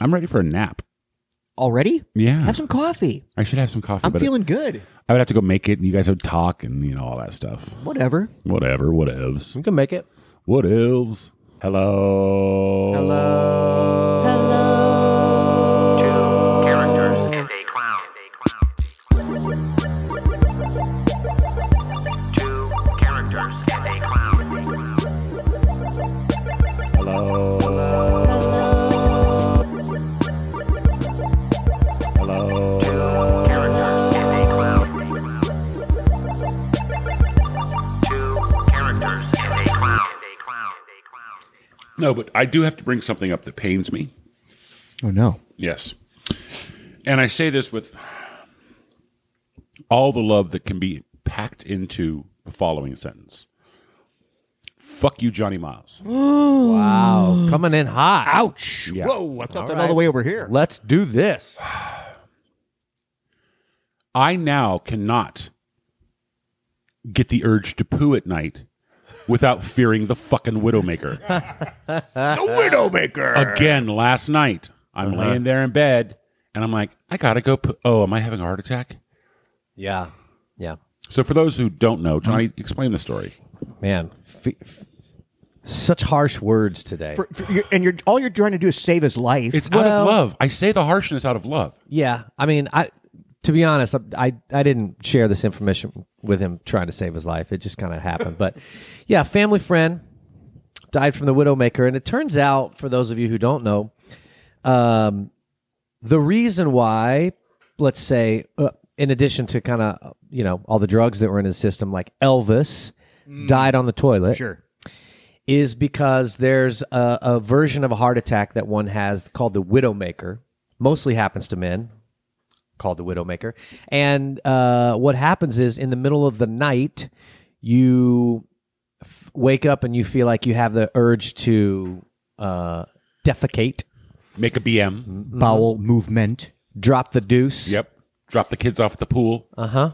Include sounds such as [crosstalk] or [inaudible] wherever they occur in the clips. I'm ready for a nap. Already? Hmm. Yeah. Have some coffee. I should have some coffee. I'm but feeling good. I would have to go make it, and you guys would talk, and you know all that stuff. Whatever. Whatever. Whatevs. We can make it. Whatevs. Hello. Hello. Two characters and a clown. Two characters and a clown. Hello. Hello. Two characters and a clown. Two characters and a clown. No, but I do have to bring something up that pains me. Oh no. Yes. And I say this with all the love that can be packed into the following sentence. Fuck you, Johnny Miles. Wow. Coming in hot. Ouch. Yeah. Whoa, I thought that all right. the way over here. Let's do this. I now cannot get the urge to poo at night without fearing the fucking Widowmaker. [laughs] the Widowmaker! Again, last night, I'm laying there in bed and I'm like, I gotta go poo. Oh, am I having a heart attack? Yeah. Yeah. So, for those who don't know, Johnny, explain the story. Man. F- f- such harsh words today. For- for- you're- and you're all you're trying to do is save his life. It's out Well- of love. I say the harshness out of love. yeah. I mean, I to be honest, I I, I didn't share this information with him trying to save his life. It just kind of happened. But yeah, family friend died from the widowmaker and it turns out for those of you who don't know, um the reason why let's say uh, in addition to kind of you know all the drugs that were in his system like Elvis died on the toilet. sure. is because there's a, a version of a heart attack that one has called the widowmaker. Mostly happens to men, called the widowmaker. And uh, what happens is in the middle of the night, you f- wake up and you feel like you have the urge to uh, defecate, Make a BM. Bowel movement. drop the deuce. Yep. Drop the kids off at the pool. Uh huh.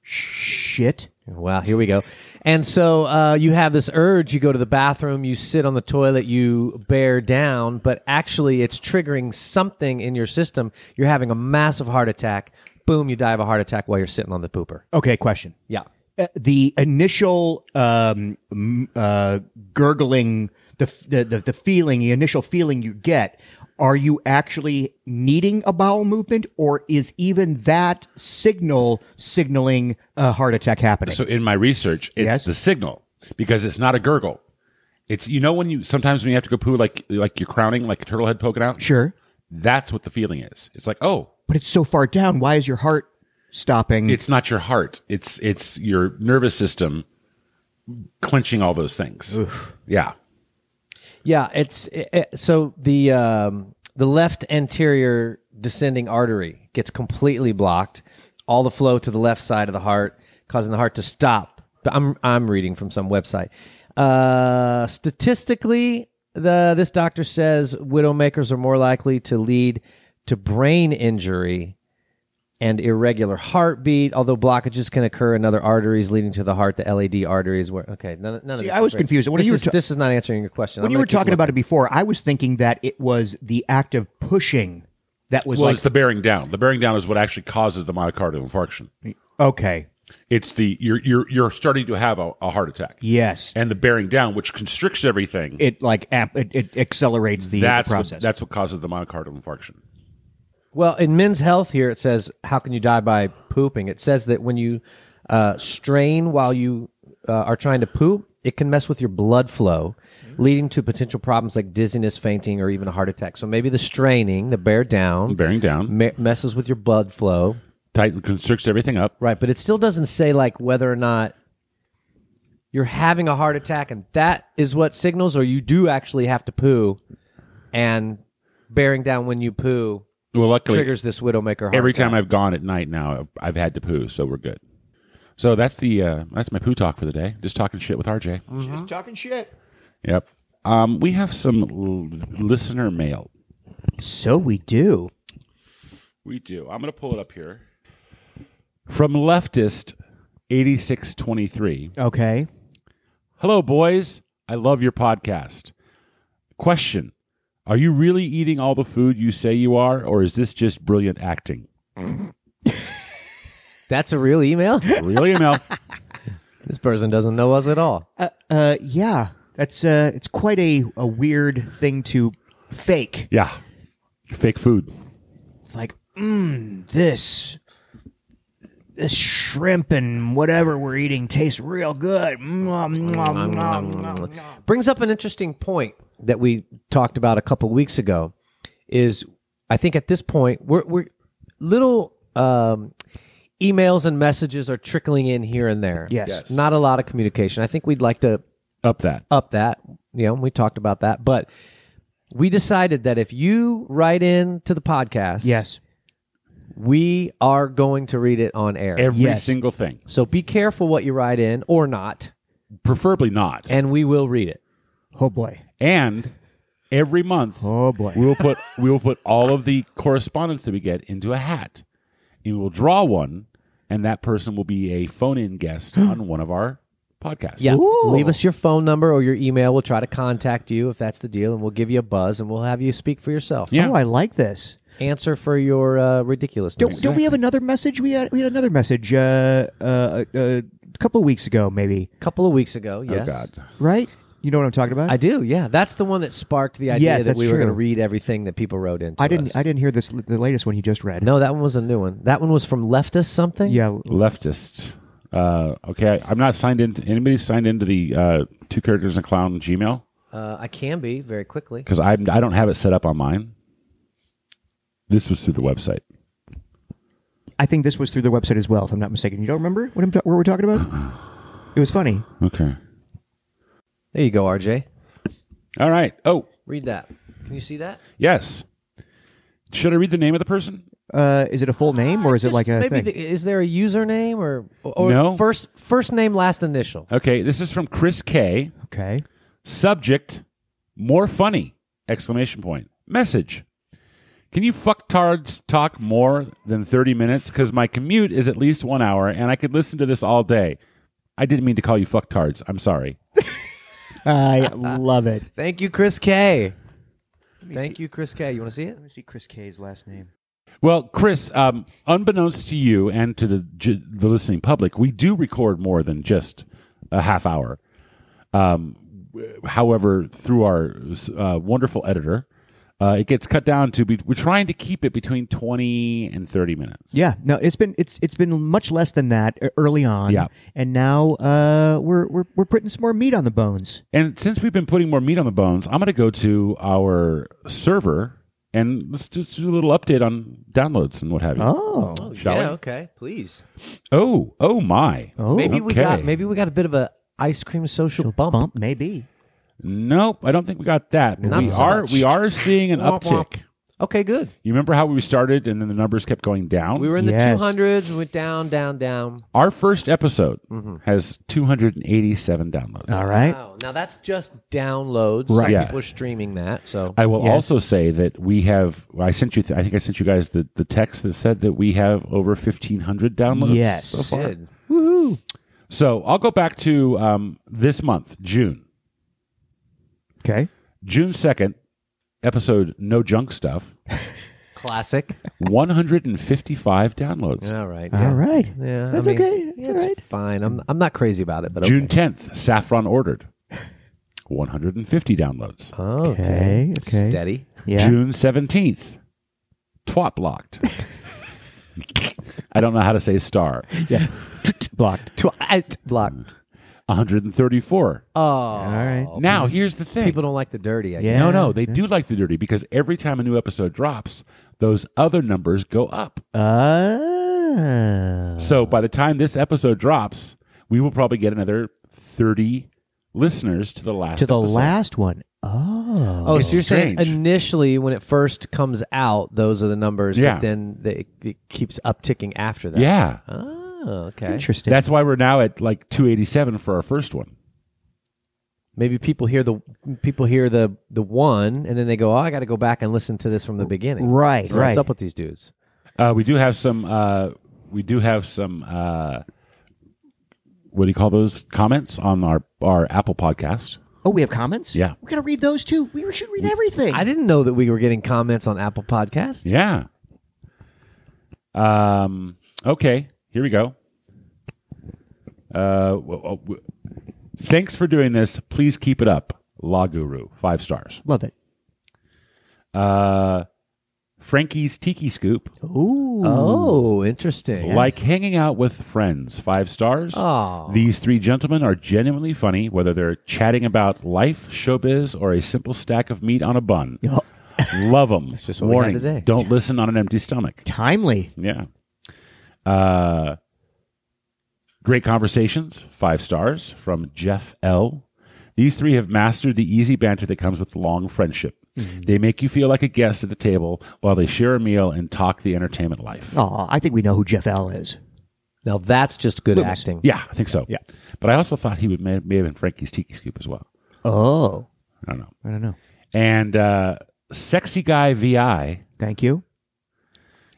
Shit. Wow, here we go. And so uh, you have this urge, you go to the bathroom, you sit on the toilet, you bear down, but actually it's triggering something in your system. You're having a massive heart attack. Boom, you die of a heart attack while you're sitting on the pooper. Okay, question. Yeah. Uh, the initial um, m- uh, gurgling, the, f- the the the feeling, the initial feeling you get, are you actually needing a bowel movement, or is even that signal signaling a heart attack happening? So in my research, it's Yes. the signal because it's not a gurgle. It's you know when you sometimes when you have to go poo like like you're crowning like a turtle head poking out. sure, That's what the feeling is. It's like oh, but it's so far down. Why is your heart stopping? it's not your heart. It's it's your nervous system clenching all those things. Yeah. Yeah, it's it, it- so the um, the left anterior descending artery gets completely blocked. All the flow to the left side of the heart, causing the heart to stop. But I'm I'm reading from some website. Uh, statistically, the this doctor says widowmakers are more likely to lead to brain injury and irregular heartbeat. Although blockages can occur in other arteries leading to the heart, the LAD arteries. Where okay, none, none of See, this I is was great. confused. When this, you were is, ta- this is not answering your question. when I'm you gonna were keep talking looking. about it before, I was thinking that it was the act of pushing that was Well, like it's the bearing down. The bearing down is what actually causes the myocardial infarction. okay, It's the you're you're you're starting to have a, a heart attack. yes, And the bearing down, which constricts everything, it like amp- it, it accelerates the, the that's what, process. that's what causes the myocardial infarction. Well, in Men's Health here, it says, "How can you die by pooping?" It says that when you uh, strain while you uh, are trying to poop, it can mess with your blood flow, leading to potential problems like dizziness, fainting, or even a heart attack. So maybe the straining, the bear down, Bearing down me- messes with your blood flow, tight constricts everything up. right? But it still doesn't say like whether or not you're having a heart attack, and that is what signals, or you do actually have to poo, and bearing down when you poo. Well, luckily, Triggers this widowmaker heart every attack. time I've gone at night now, I've, I've had to poo, so we're good. So that's the uh, that's my poo talk for the day. Just talking shit with RJ. Just talking shit. Yep. Um, we have some l- listener mail. So we do. We do. I'm gonna pull it up here from leftist eighty six twenty three. Okay. Hello, boys. I love your podcast. Question Are you really eating all the food you say you are, or is this just brilliant acting? That's a [laughs] real email? Really, [laughs] Mel? this person doesn't know us at all. Uh, yeah, that's uh, it's quite a, a weird thing to fake. Yeah. Fake food. It's like, mmm, this this shrimp and whatever we're eating tastes real good. Mwah, mwah, mwah, mwah. Brings up an interesting point that we talked about a couple weeks ago is I think at this point we're we're little um emails and messages are trickling in here and there. Yes. Yes. Not a lot of communication. I think we'd like to Up that. up that. You know, we talked about that, but we decided that if you write in to the podcast, Yes, we are going to read it on air. Every Yes. single thing. so be careful what you write in or not, Preferably not. and we will read it. oh boy, And every month oh boy. we will put we will put all of the correspondence that we get into a hat. And we'll draw one, and that person will be a phone in [gasps] guest on one of our podcasts. Yeah. Leave us your phone number or your email. We'll try to contact you if that's the deal, and we'll give you a buzz and we'll have you speak for yourself. Yeah. Oh, I like this. Answer for your uh, Don't, ridiculousness. don't we have another message? We had we had another message uh, uh, uh, a couple of weeks ago, maybe. a couple of weeks Oh, ago. Yes. Oh, God. Right? You know what I'm talking about? I do. Yeah. That's the one that sparked the idea Yes, that that's we were true. going to read everything that people wrote into I didn't. us. I didn't hear this. The latest one you just read. No, that one was a new one. That one was from Leftist something. Yeah. Leftists. Uh, okay, I, am not signed in. Anybody signed into the uh, two characters and a clown Gmail? Uh, I can be very quickly. Because I I don't have it set up on mine. This was through the website. I think this was through their website as well, if I'm not mistaken. You don't remember what, I'm ta- what we're talking about? It was funny. Okay. There you go, RJ. All right. Oh Read that. Can you see that? yes. Should I read the name of the person? Uh, is it a full name or is it Just like a maybe thing? the- is there a username or or No. first first name last initial? Okay. This is from Chris K. okay. Subject: More funny! Exclamation point. Message: Can you fucktards talk more than thirty minutes? Because my commute is at least one hour, and I could listen to this all day. I didn't mean to call you fucktards. I'm sorry. I love it. Thank you, Chris K. Thank you, Chris K. You want to see it? Let me see Chris K's last name. Well, Chris, um, unbeknownst to you and to the j- the listening public, we do record more than just a half hour. Um, w- however, through our uh, wonderful editor, uh, it gets cut down to be, we're trying to keep it between twenty and thirty minutes. Yeah. No, it's been it's it's been much less than that uh, early on. Yeah. And now uh, we're we're we're putting some more meat on the bones. And since we've been putting more meat on the bones, I'm going to go to our server and let's just do a little update on downloads and what have you. Oh. Shall yeah. we? Okay. Please. Oh, oh my! Oh. maybe we got okay. maybe we got a bit of a ice cream social bump. Bump maybe. Nope, I don't think we got that. But Not we so are much. we are seeing an Womp womp. uptick. Okay. Good. You remember how we started and then the numbers kept going down? We were in the Yes. 200s. Went down, down, down. Our first episode Mm-hmm. has 287 downloads. All right. Wow. Now that's just downloads. Right. Some Yeah. people are streaming that. So I will also say that we have I sent you I think I sent you guys the, the text that said that we have over 1500 downloads Yes. so far. Did. So, I'll go back to um, this month, June. Okay. June 2nd, episode No Junk Stuff, [laughs] classic. 155 downloads. All right. All yeah. right. Yeah, That's I mean, okay. That's yeah, all right. Fine. I'm I'm not crazy about it, but June okay. 10th, Saffron ordered 150 downloads. Oh, Okay, okay. Steady. [laughs] Yeah. June 17th, twat blocked. I don't know how to say star. Yeah. [laughs] Blocked. Twat blocked. 134. Oh, all right. now, here's the thing. People don't like the dirty. I guess. no, no, they do like the dirty because every time a new episode drops, those other numbers go up. Uh, So by the time this episode drops, we will probably get another 30 listeners to the last to the episode. last one. Oh. Oh, so you're saying strange. initially when it first comes out, those are the numbers, Yeah. but then they, it keeps upticking after that. Yeah. Oh, okay. Interesting. That's why we're now at like 287 for our first one. Maybe people hear the people hear the the one, and then they go, "Oh, I got to go back and listen to this from the beginning." Right, So right. What's up with these dudes? Uh, we do have some. Uh, we do have some. Uh, what do you call those comments on our our Apple podcast? Oh, we have comments? Yeah. We're going to read those too. We should read everything. I didn't know that we were getting comments on Apple Podcasts. Yeah. Um. Okay. Here we go. Uh. w- w- w- Thanks for doing this. Please keep it up. La Guru, five stars. Love it. Uh, Frankie's Tiki Scoop, Ooh. Oh, interesting. Um, like hanging out with friends, five stars. Aw. These three gentlemen are genuinely funny, whether they're chatting about life, showbiz, or a simple stack of meat on a [laughs] bun. Love them. just what we had Warning: today. Don't listen on an empty stomach. Timely. Yeah. Uh, great conversations, five stars from Jeff L. These three have mastered the easy banter that comes with long friendship. Mm-hmm. They make you feel like a guest at the table while they share a meal and talk the entertainment life. Oh, I think we know who Jeff L is. now that's just good acting. Yeah, I think so. Yeah. But I also thought he would may, may have been Frankie's Tiki Scoop as well. Oh, I don't know. I don't know. And uh, Sexy Guy VI, Thank you.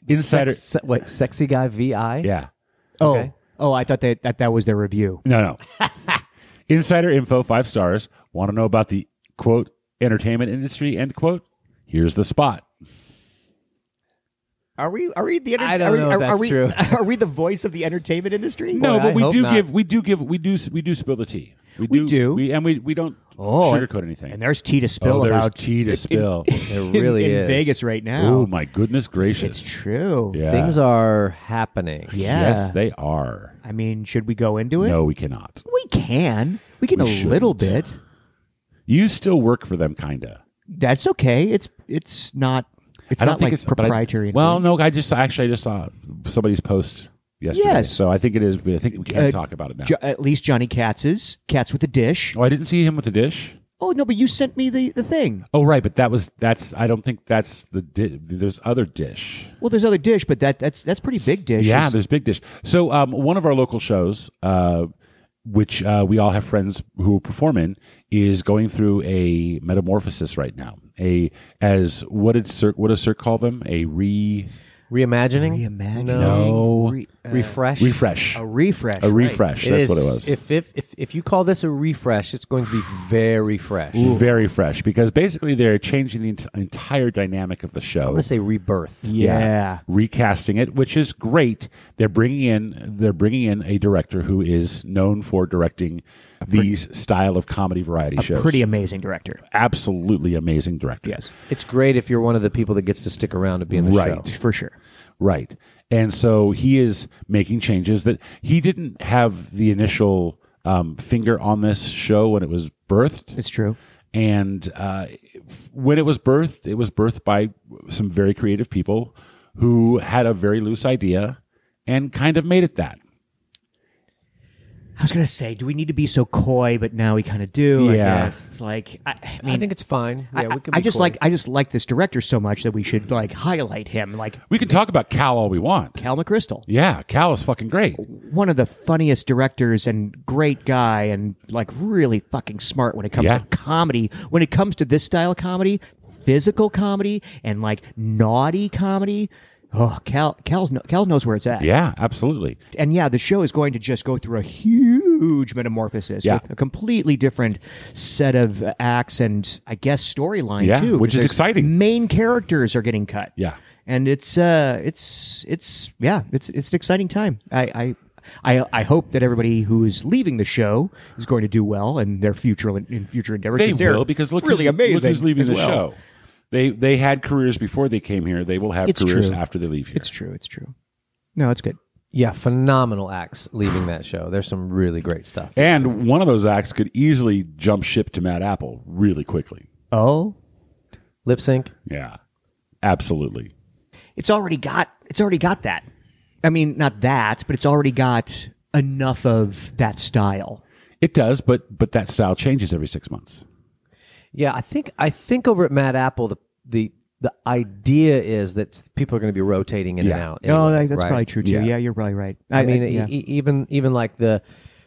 Insider. Sex, se- wait, sexy guy VI. yeah. Okay. Oh, oh, I thought that, that that was their review. No, no. [laughs] Insider info, five stars. Want to know about the quote entertainment industry? End quote. Here's the spot. Are we? Are we the? Enter- I don't are we, know if are, that's are we, true. Are we the voice of the entertainment industry? No, Boy, but I we hope do not. give, we do give, we do, we do spill the tea. We do. we, and we we don't Oh, sugarcoat anything. And there's tea to spill oh, there's about tea to spill. It in, really in is. Vegas right now. oh my goodness it's gracious! true. Yeah. Things are happening. Yeah. Yes, they are. I mean, should we go into it? No, we cannot. We can. We can We a little shouldn't. bit. You still work for them, kinda. That's okay. It's it's not. It's I don't not think like it's but I- proprietary. well, no, I just actually I just saw somebody's post yesterday, Yes. so I think it is. I think we can Uh, talk about it now. Jo- at least Johnny Katz's Cats with a Dish. oh, I didn't see him with the dish. Oh no, but you sent me the the thing. Oh right, but that was that's. I don't think that's the di- there's other dish. Well, there's other dish, but that that's that's pretty big dish. Yeah, It's- there's big dish. So um, one of our local shows, uh, which uh, we all have friends who perform in, is going through a metamorphosis right now. A as what did Cirque, what does Cirque call them? A re Reimagining. reimagining. No. Re- uh, Refresh. refresh. A refresh. A right. refresh. That's is- what it was. If, if if if you call this a refresh, it's going to be very fresh. I'm Very fresh because basically they're changing the ent- entire dynamic of the show. going to say rebirth. Yeah. recasting it, which is great. They're bringing in they're bringing in a director who is known for directing these style of comedy variety shows. Pretty amazing director. absolutely amazing director. Yes. It's great if you're one of the people that gets to stick around to be in the Right. show. For sure. Right. And so he is making changes that he didn't have the initial um, finger on this show when it was birthed. It's true. And uh, f- when it was birthed, it was birthed by some very creative people who had a very loose idea and kind of made it that. I was gonna say, do we need to be so coy? But now we kind of do. Yeah. I guess. It's like I, I I mean, think it's fine. Yeah, I- we can. I be just coy. like I just like this director so much that we should like highlight him. Like We can talk about Cal all we want. Cal McChrystal, Yeah, Cal is fucking great. one of the funniest directors and great guy, and like really fucking smart when it comes Yeah. to comedy. When it comes to this style of comedy, physical comedy, and like naughty comedy. Oh, Cal, Cal's no, Cal knows where it's at. Yeah, absolutely. and yeah, the show is going to just go through a huge metamorphosis Yeah. with a completely different set of uh, acts and I guess storyline Yeah, too, which is because exciting. Main characters are getting cut. Yeah. and it's uh, it's it's yeah, it's it's an exciting time. I. I I, I hope that everybody who is leaving the show is going to do well in their future in future endeavors. They 'cause they're will because look, really who's, amazing. look who's leaving as the well. show. They they had careers before they came here. They will have It's careers true. after they leave here. It's true. It's true. No, it's good. yeah, phenomenal acts leaving that show. There's some really great stuff. and one of those acts could easily jump ship to Matt Apple really quickly. Oh, Lip sync. Yeah, absolutely. it's already got it's already got that. I mean, not that, but it's already got enough of that style. It does, but but that style changes every six months. Yeah, I think I think over at Mad Apple the the the idea is that people are going to be rotating in and Yeah. out. No, anyway, Oh, that- that's right? probably true too. Yeah. Yeah. you're probably right. I, mean, e- yeah. e- even even like the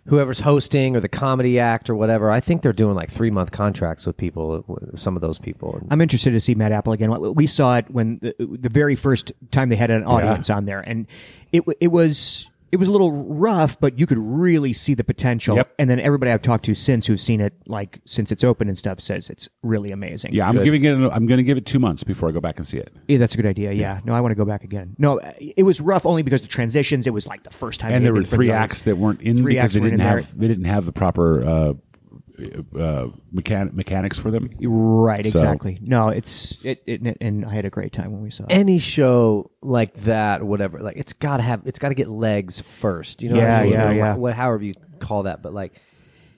whoever's hosting or the comedy act or whatever. I think they're doing like three month contracts with people. with Some of those people. I'm interested to see Matt Apple again. We saw it when the, the very first time they had an audience on there, and it w- it was it was a little rough, but you could really see the potential. Yep. And then everybody I've talked to since who's seen it, like since it's open and stuff, says it's really amazing. Yeah, I'm giving it. an- I'm going to give it two months before I go back and see it. Yeah, that's a good idea. Yeah. No, I want to go back again. No, uh, it was rough only because the transitions. It was like the first time. And they there were did for three those. acts that weren't in Three because acts they weren't didn't in there. have they didn't have the proper uh, uh, mechan- mechanics for them. Right. So- Exactly. No, it's it, it. And I had a great time when we saw it. any show like that, whatever, like it's gotta have, it's gotta get legs first. You know, what Yeah, I'm saying? yeah, Or wha- yeah. What, however you call that, but like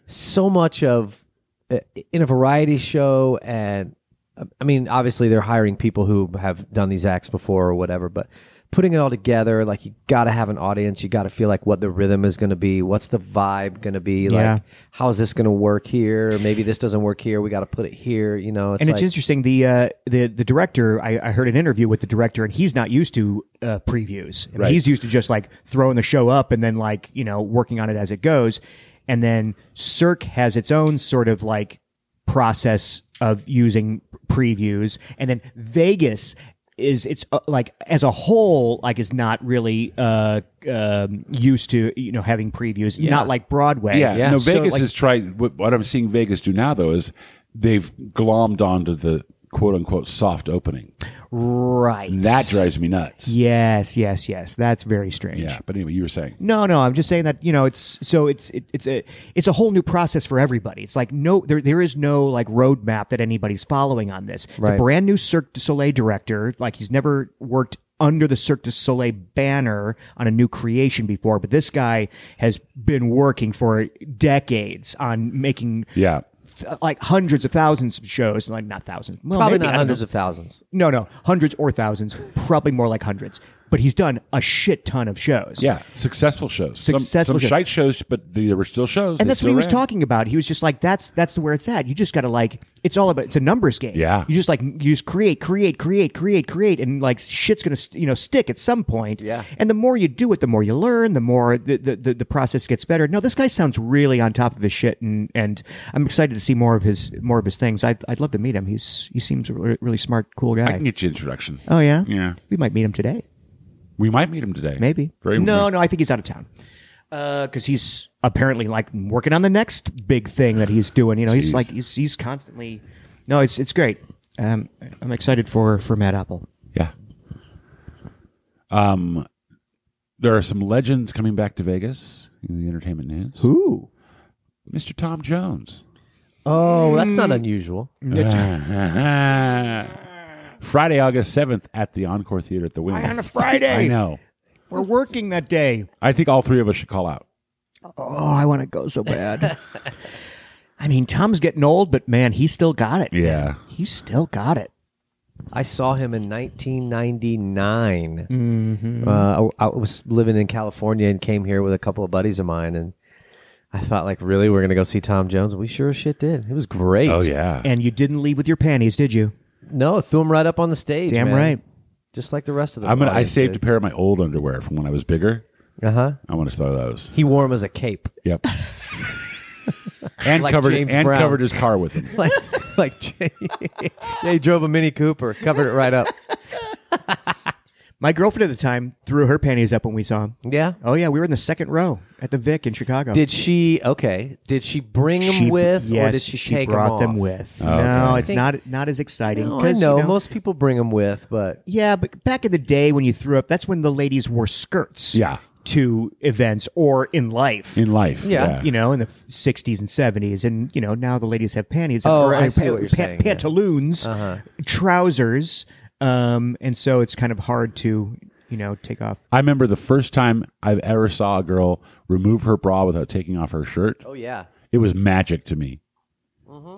so much of uh, in a variety show, and uh, I mean, obviously they're hiring people who have done these acts before or whatever, but putting it all together, like you gotta have an audience, you gotta feel like what the rhythm is gonna be, what's the vibe gonna be, Yeah. like how's this gonna work here? Maybe this doesn't work here. We gotta put it here. You know, it's and it's like- interesting. The uh, the the director, I, I heard an interview with the director, and he's not used to uh, previews. I mean, Right. He's used to just like throwing the show up and then like you know working on it as it goes. And then Cirque has its own sort of like process of using previews, and then Vegas is it's uh, like as a whole like is not really uh um used to you know having previews not like broadway Yeah, no. So, Vegas like, is trying. What, what I'm seeing Vegas do now though is they've glommed onto the quote unquote soft opening. right That drives me nuts. yes yes yes that's very strange Yeah, but anyway, you were saying. No, no, I'm just saying that you know it's so it's it, it's a it's a whole new process for everybody. It's like no there there is no like roadmap that anybody's following on this. It's Right. a brand new Cirque du Soleil director. Like he's never worked under the Cirque du Soleil banner on a new creation before, but this guy has been working for decades on making Yeah, th- like hundreds of thousands of shows, like not thousands, well, probably maybe, I not don't know. hundreds of thousands. No, no, hundreds or thousands, probably more like hundreds. But he's done a shit ton of shows. yeah, successful shows. Successful some, some shows. shite shows, but there were still shows. and They that's still what he was ran. talking about. He was just like, "That's that's the where it's at. You just got to like, it's all about. It's a numbers game. Yeah. You just like you just create, create, create, create, create, and like shit's gonna st- you know stick at some point. Yeah. And the more you do it, the more you learn. The more the the, the, the process gets better. No, this guy sounds really on top of his shit, and and I'm excited to see more of his more of his things. I'd I'd love to meet him. He's he seems a really, really smart, cool I guy. can get you introduction. oh yeah, Yeah. We might meet him today. We might meet him today. Maybe. Very no, no, I think he's out of town. Because he's apparently like working on the next big thing that he's doing. You know, he's Jeez. like he's he's constantly. No, it's it's great. Um, I'm excited for for Matt Apple. Yeah. Um, there are some legends coming back to Vegas in the entertainment news. Ooh, Mr. Tom Jones. Oh, that's Mm. not unusual. [laughs] Friday, August 7th at the Encore Theater at the Wing. on a [laughs] Friday. I know. we're working that day. I think all three of us should call out. Oh, I want to go so bad. [laughs] I mean, Tom's getting old, but man, he still got it. Yeah. He still got it. I saw him in 1999. Mm-hmm. Uh, I, I was living in California and came here with a couple of buddies of mine, and I thought, like, really, we're gonna go see Tom Jones? We sure as shit did. It was great. Oh, yeah. And you didn't leave with your panties, did you? No, threw him right up on the stage. Damn man. right. Just like the rest of them. I'm gonna, I saved a pair of my old underwear from when I was bigger. Uh huh. I want to throw those. He wore him as a cape, [laughs] Yep. and Like covered James and Brown. covered his car with them. like, like, [laughs] yeah, he drove a Mini Cooper, covered it right up. My girlfriend at the time threw her panties up when we saw him. Yeah. Oh yeah, we were in the second row at the Vic in Chicago. Did she? Okay. Did she bring him She- with, or yes, did she, she take brought him them off? with? Oh, okay. No, it's Think- not not as exciting. No, I 'cause, you know most people bring them with, but Yeah, but back in the day when you threw up, that's when the ladies wore skirts. Yeah. To events or in life. In life. Yeah. you know, in the f- 60s and 70s, and you know now the ladies have panties. Oh, or, I uh, see what you're saying, yeah. Uh-huh. Pantaloons, trousers, um, and so it's kind of hard to you know take off. I remember the first time I've ever saw a girl remove her bra without taking off her shirt. oh yeah. It was magic to me. Mm-hmm.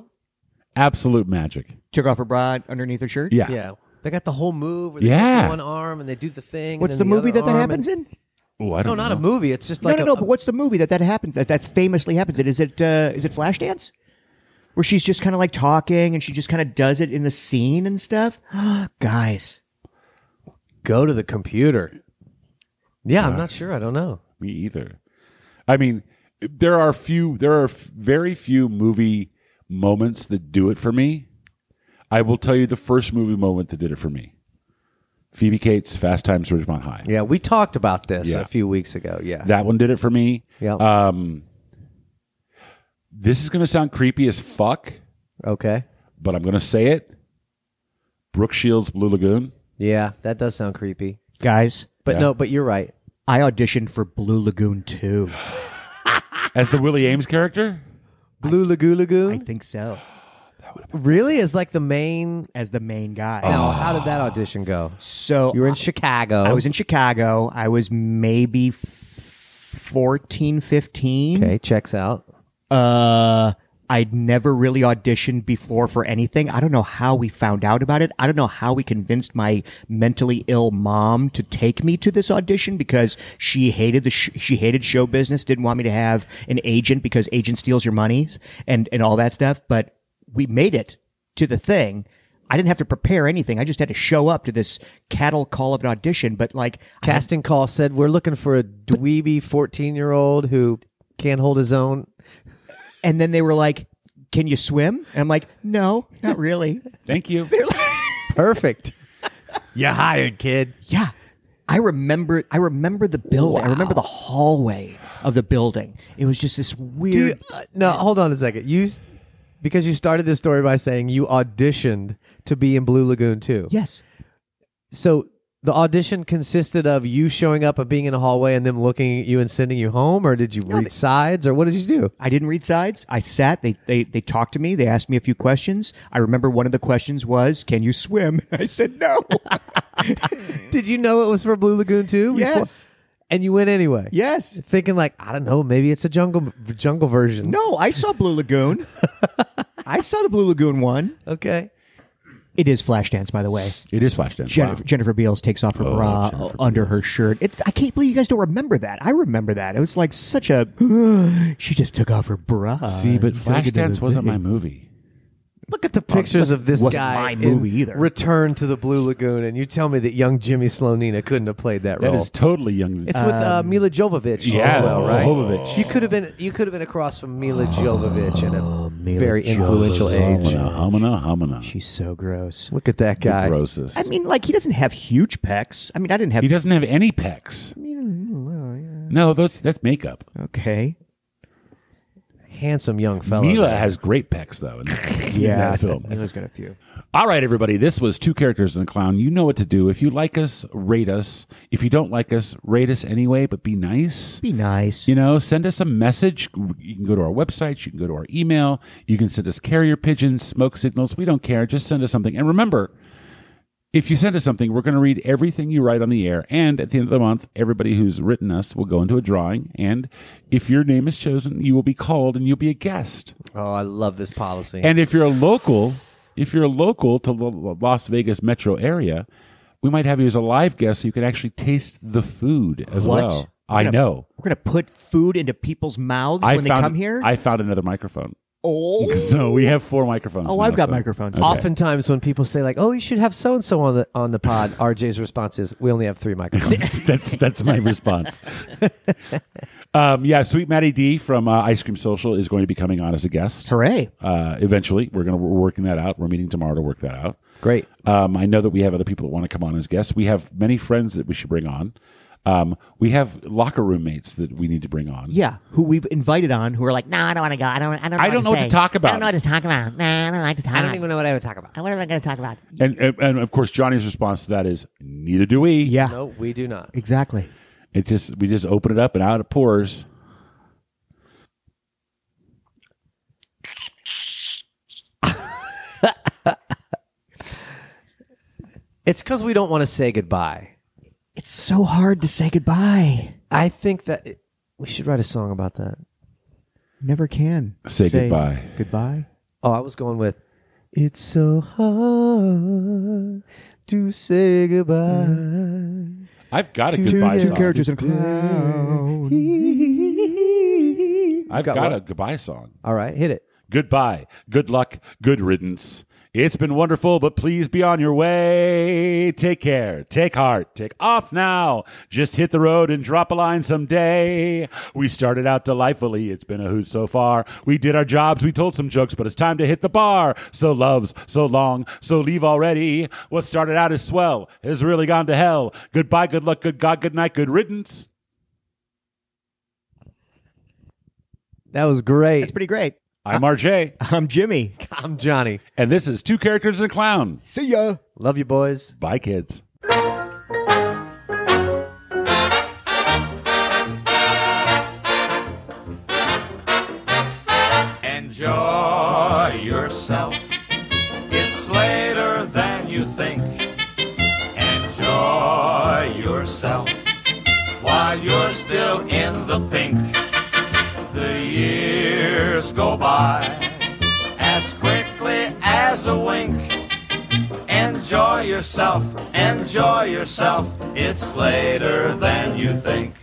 Absolute magic. Took off her bra underneath her shirt. Yeah. Yeah. They got the whole move where they Yeah. take one arm and they do the thing. and What's then the movie other that that arm happens and- in? Oh, I No, don't not know. a movie. It's just like no, a, no, no. a- but what's the movie that that happens? That that famously happens. in? Is it uh, is it Flashdance, where she's just kind of like talking and she just kind of does it in the scene and stuff? [gasps] Guys, go to the computer. Yeah, I'm not sure. I don't know. Me either. I mean, there are few. There are f- very few movie moments that do it for me. I will tell you the first movie moment that did it for me Phoebe Cates, Fast Times at Ridgemont High. Yeah, we talked about this Yeah. a few weeks ago. Yeah. That one did it for me. yeah. Um, this is going to sound creepy as fuck, okay. but I'm going to say it. Brooke Shields, Blue Lagoon. Yeah, that does sound creepy. Guys, But Yeah. no, but you're right. I auditioned for Blue Lagoon 2. As the Willie Ames character? Blue Lagoon I Lagoon think so. really is like the main. As the main guy. Now, how did that audition go? So Oh. You were in Chicago. I was in Chicago. I was maybe f- 14, 15. Okay, checks out. Uh, I'd never really auditioned before for anything. I don't know how we found out about it. I don't know how we convinced my mentally ill mom to take me to this audition because she hated the sh- she hated show business, didn't want me to have an agent because agent steals your money and and all that stuff. But we made it to the thing. I didn't have to prepare anything. I just had to show up to this cattle call of an audition. But like, I Casting call said we're looking for a dweeby 14 year old who can't hold his own. and then they were like, "Can you swim?" And I'm like, "No, not really." Thank you. Perfect. [laughs] you hired, kid. Yeah. I remember I remember the building. I remember the hallway of the building. It was just this weird Dude, uh, no, hold on a second. You, s- because you started this story by saying you auditioned to be in Blue Lagoon too. Yes. So the audition consisted of you showing up and being in a hallway and them looking at you and sending you home, or did you read sides, or what did you do? I didn't read sides. I sat. They, they they talked to me. They asked me a few questions. I remember one of the questions was, "Can you swim?" [laughs] I said, "No." Did you know it was for Blue [laughs] Lagoon too? before- Yes. And you went anyway. yes. Thinking like I don't know, maybe it's a jungle jungle version. No, I saw Blue Lagoon. I saw the Blue Lagoon one. Okay. It is Flashdance, by the way. It is Flashdance. Jennifer, Wow. Oh, Jennifer Beals takes off her bra Jennifer under her shirt. It's, I can't believe you guys don't remember that. I remember that. It was like such a. [gasps] she just took off her bra. See, but and took it to Flashdance the wasn't my thing. movie. Look at the pictures of this wasn't guy. my in movie either. Return to the Blue Lagoon, and you tell me that young Jimmy Slonina couldn't have played that That role. is totally young. it's with uh, Mila Jovovich yeah, as well, right? Jovovich. You could have been you could have been across from Mila Jovovich in a Mila very influential age. Humana, humana, humana. She's so gross. Look at that guy. Grossest. I mean, like he doesn't have huge pecs. I mean, I didn't have. He doesn't have any pecs. No, that's that's makeup. Okay. Handsome young fellow. Mila there. has great pecs though in that, in that film. Mila's got a few. All right, everybody. This was two characters and a clown. You know what to do. If you like us, rate us. If you don't like us, rate us anyway, but be nice. Be nice. You know, send us a message. You can go to our website. You can go to our email. You can send us carrier pigeons, smoke signals. We don't care. Just send us something. And remember, if you send us something, we're going to read everything you write on the air. And at the end of the month, everybody who's written us will go into a drawing. And if your name is chosen, you will be called and you'll be a guest. Oh, I love this policy. And if you're a local, if you're a local to the Las Vegas metro area, we might have you as a live guest so you can actually taste the food as What? well. I know. We're gonna put food into people's mouths I when they found, come here. I found another microphone. [laughs] oh, So we have four microphones. Oh, now, I've got so- microphones. Okay. Oftentimes, when people say like, "Oh, you should have so and so on the on the pod," RJ's response is, "We only have three [laughs] [laughs] microphones." that's that's my response. [laughs] um, yeah, sweet Maddie D from uh, Ice Cream Social is going to be coming on as a guest. hooray! Uh, eventually, we're going to we're working that out. We're meeting tomorrow to work that out. Great. Um, I know that we have other people that want to come on as guests. We have many friends that we should bring on. Um, we have locker room mates that we need to bring on. Yeah, who we've invited on? Who are like, No, I don't want to go. I don't. I don't. Know I don't know what to say. talk about. I don't know what to talk about. Nah, I don't like to talk. I don't even know what I would talk about. What am I going to talk about? And, and and of course Johnny's response to that is neither do we. yeah, No, we do not. exactly. It just we just open it up and out it pours. It's because we don't want to say goodbye. It's so hard to say goodbye. I think that it- we should write a song about that. Never can Say goodbye. Goodbye. Oh, I was going with It's so hard to say Mm-hmm. goodbye. I've got a Two- goodbye two song. characters. and a clown. I've Got got one. a goodbye song. All right, hit it. Goodbye. Good luck. Good riddance. It's been wonderful, but please be on your way. Take care. Take heart. Take off now. Just hit the road and drop a line someday. We started out delightfully. It's been a hoot so far. We did our jobs. We told some jokes, but it's time to hit the bar. So loves, so long, so leave already. What started out as swell has really gone to hell. Goodbye, good luck, good God, good night, good riddance. That was great. That's pretty great. I'm RJ, I'm Jimmy. [laughs] I'm Johnny. and this is Two Characters and a Clown. See ya. Love you, boys. Bye, kids. Enjoy yourself. It's later than you think. Enjoy yourself while you're still in the pink. The years go by as quickly as a wink. Enjoy yourself, enjoy yourself. It's later than you think.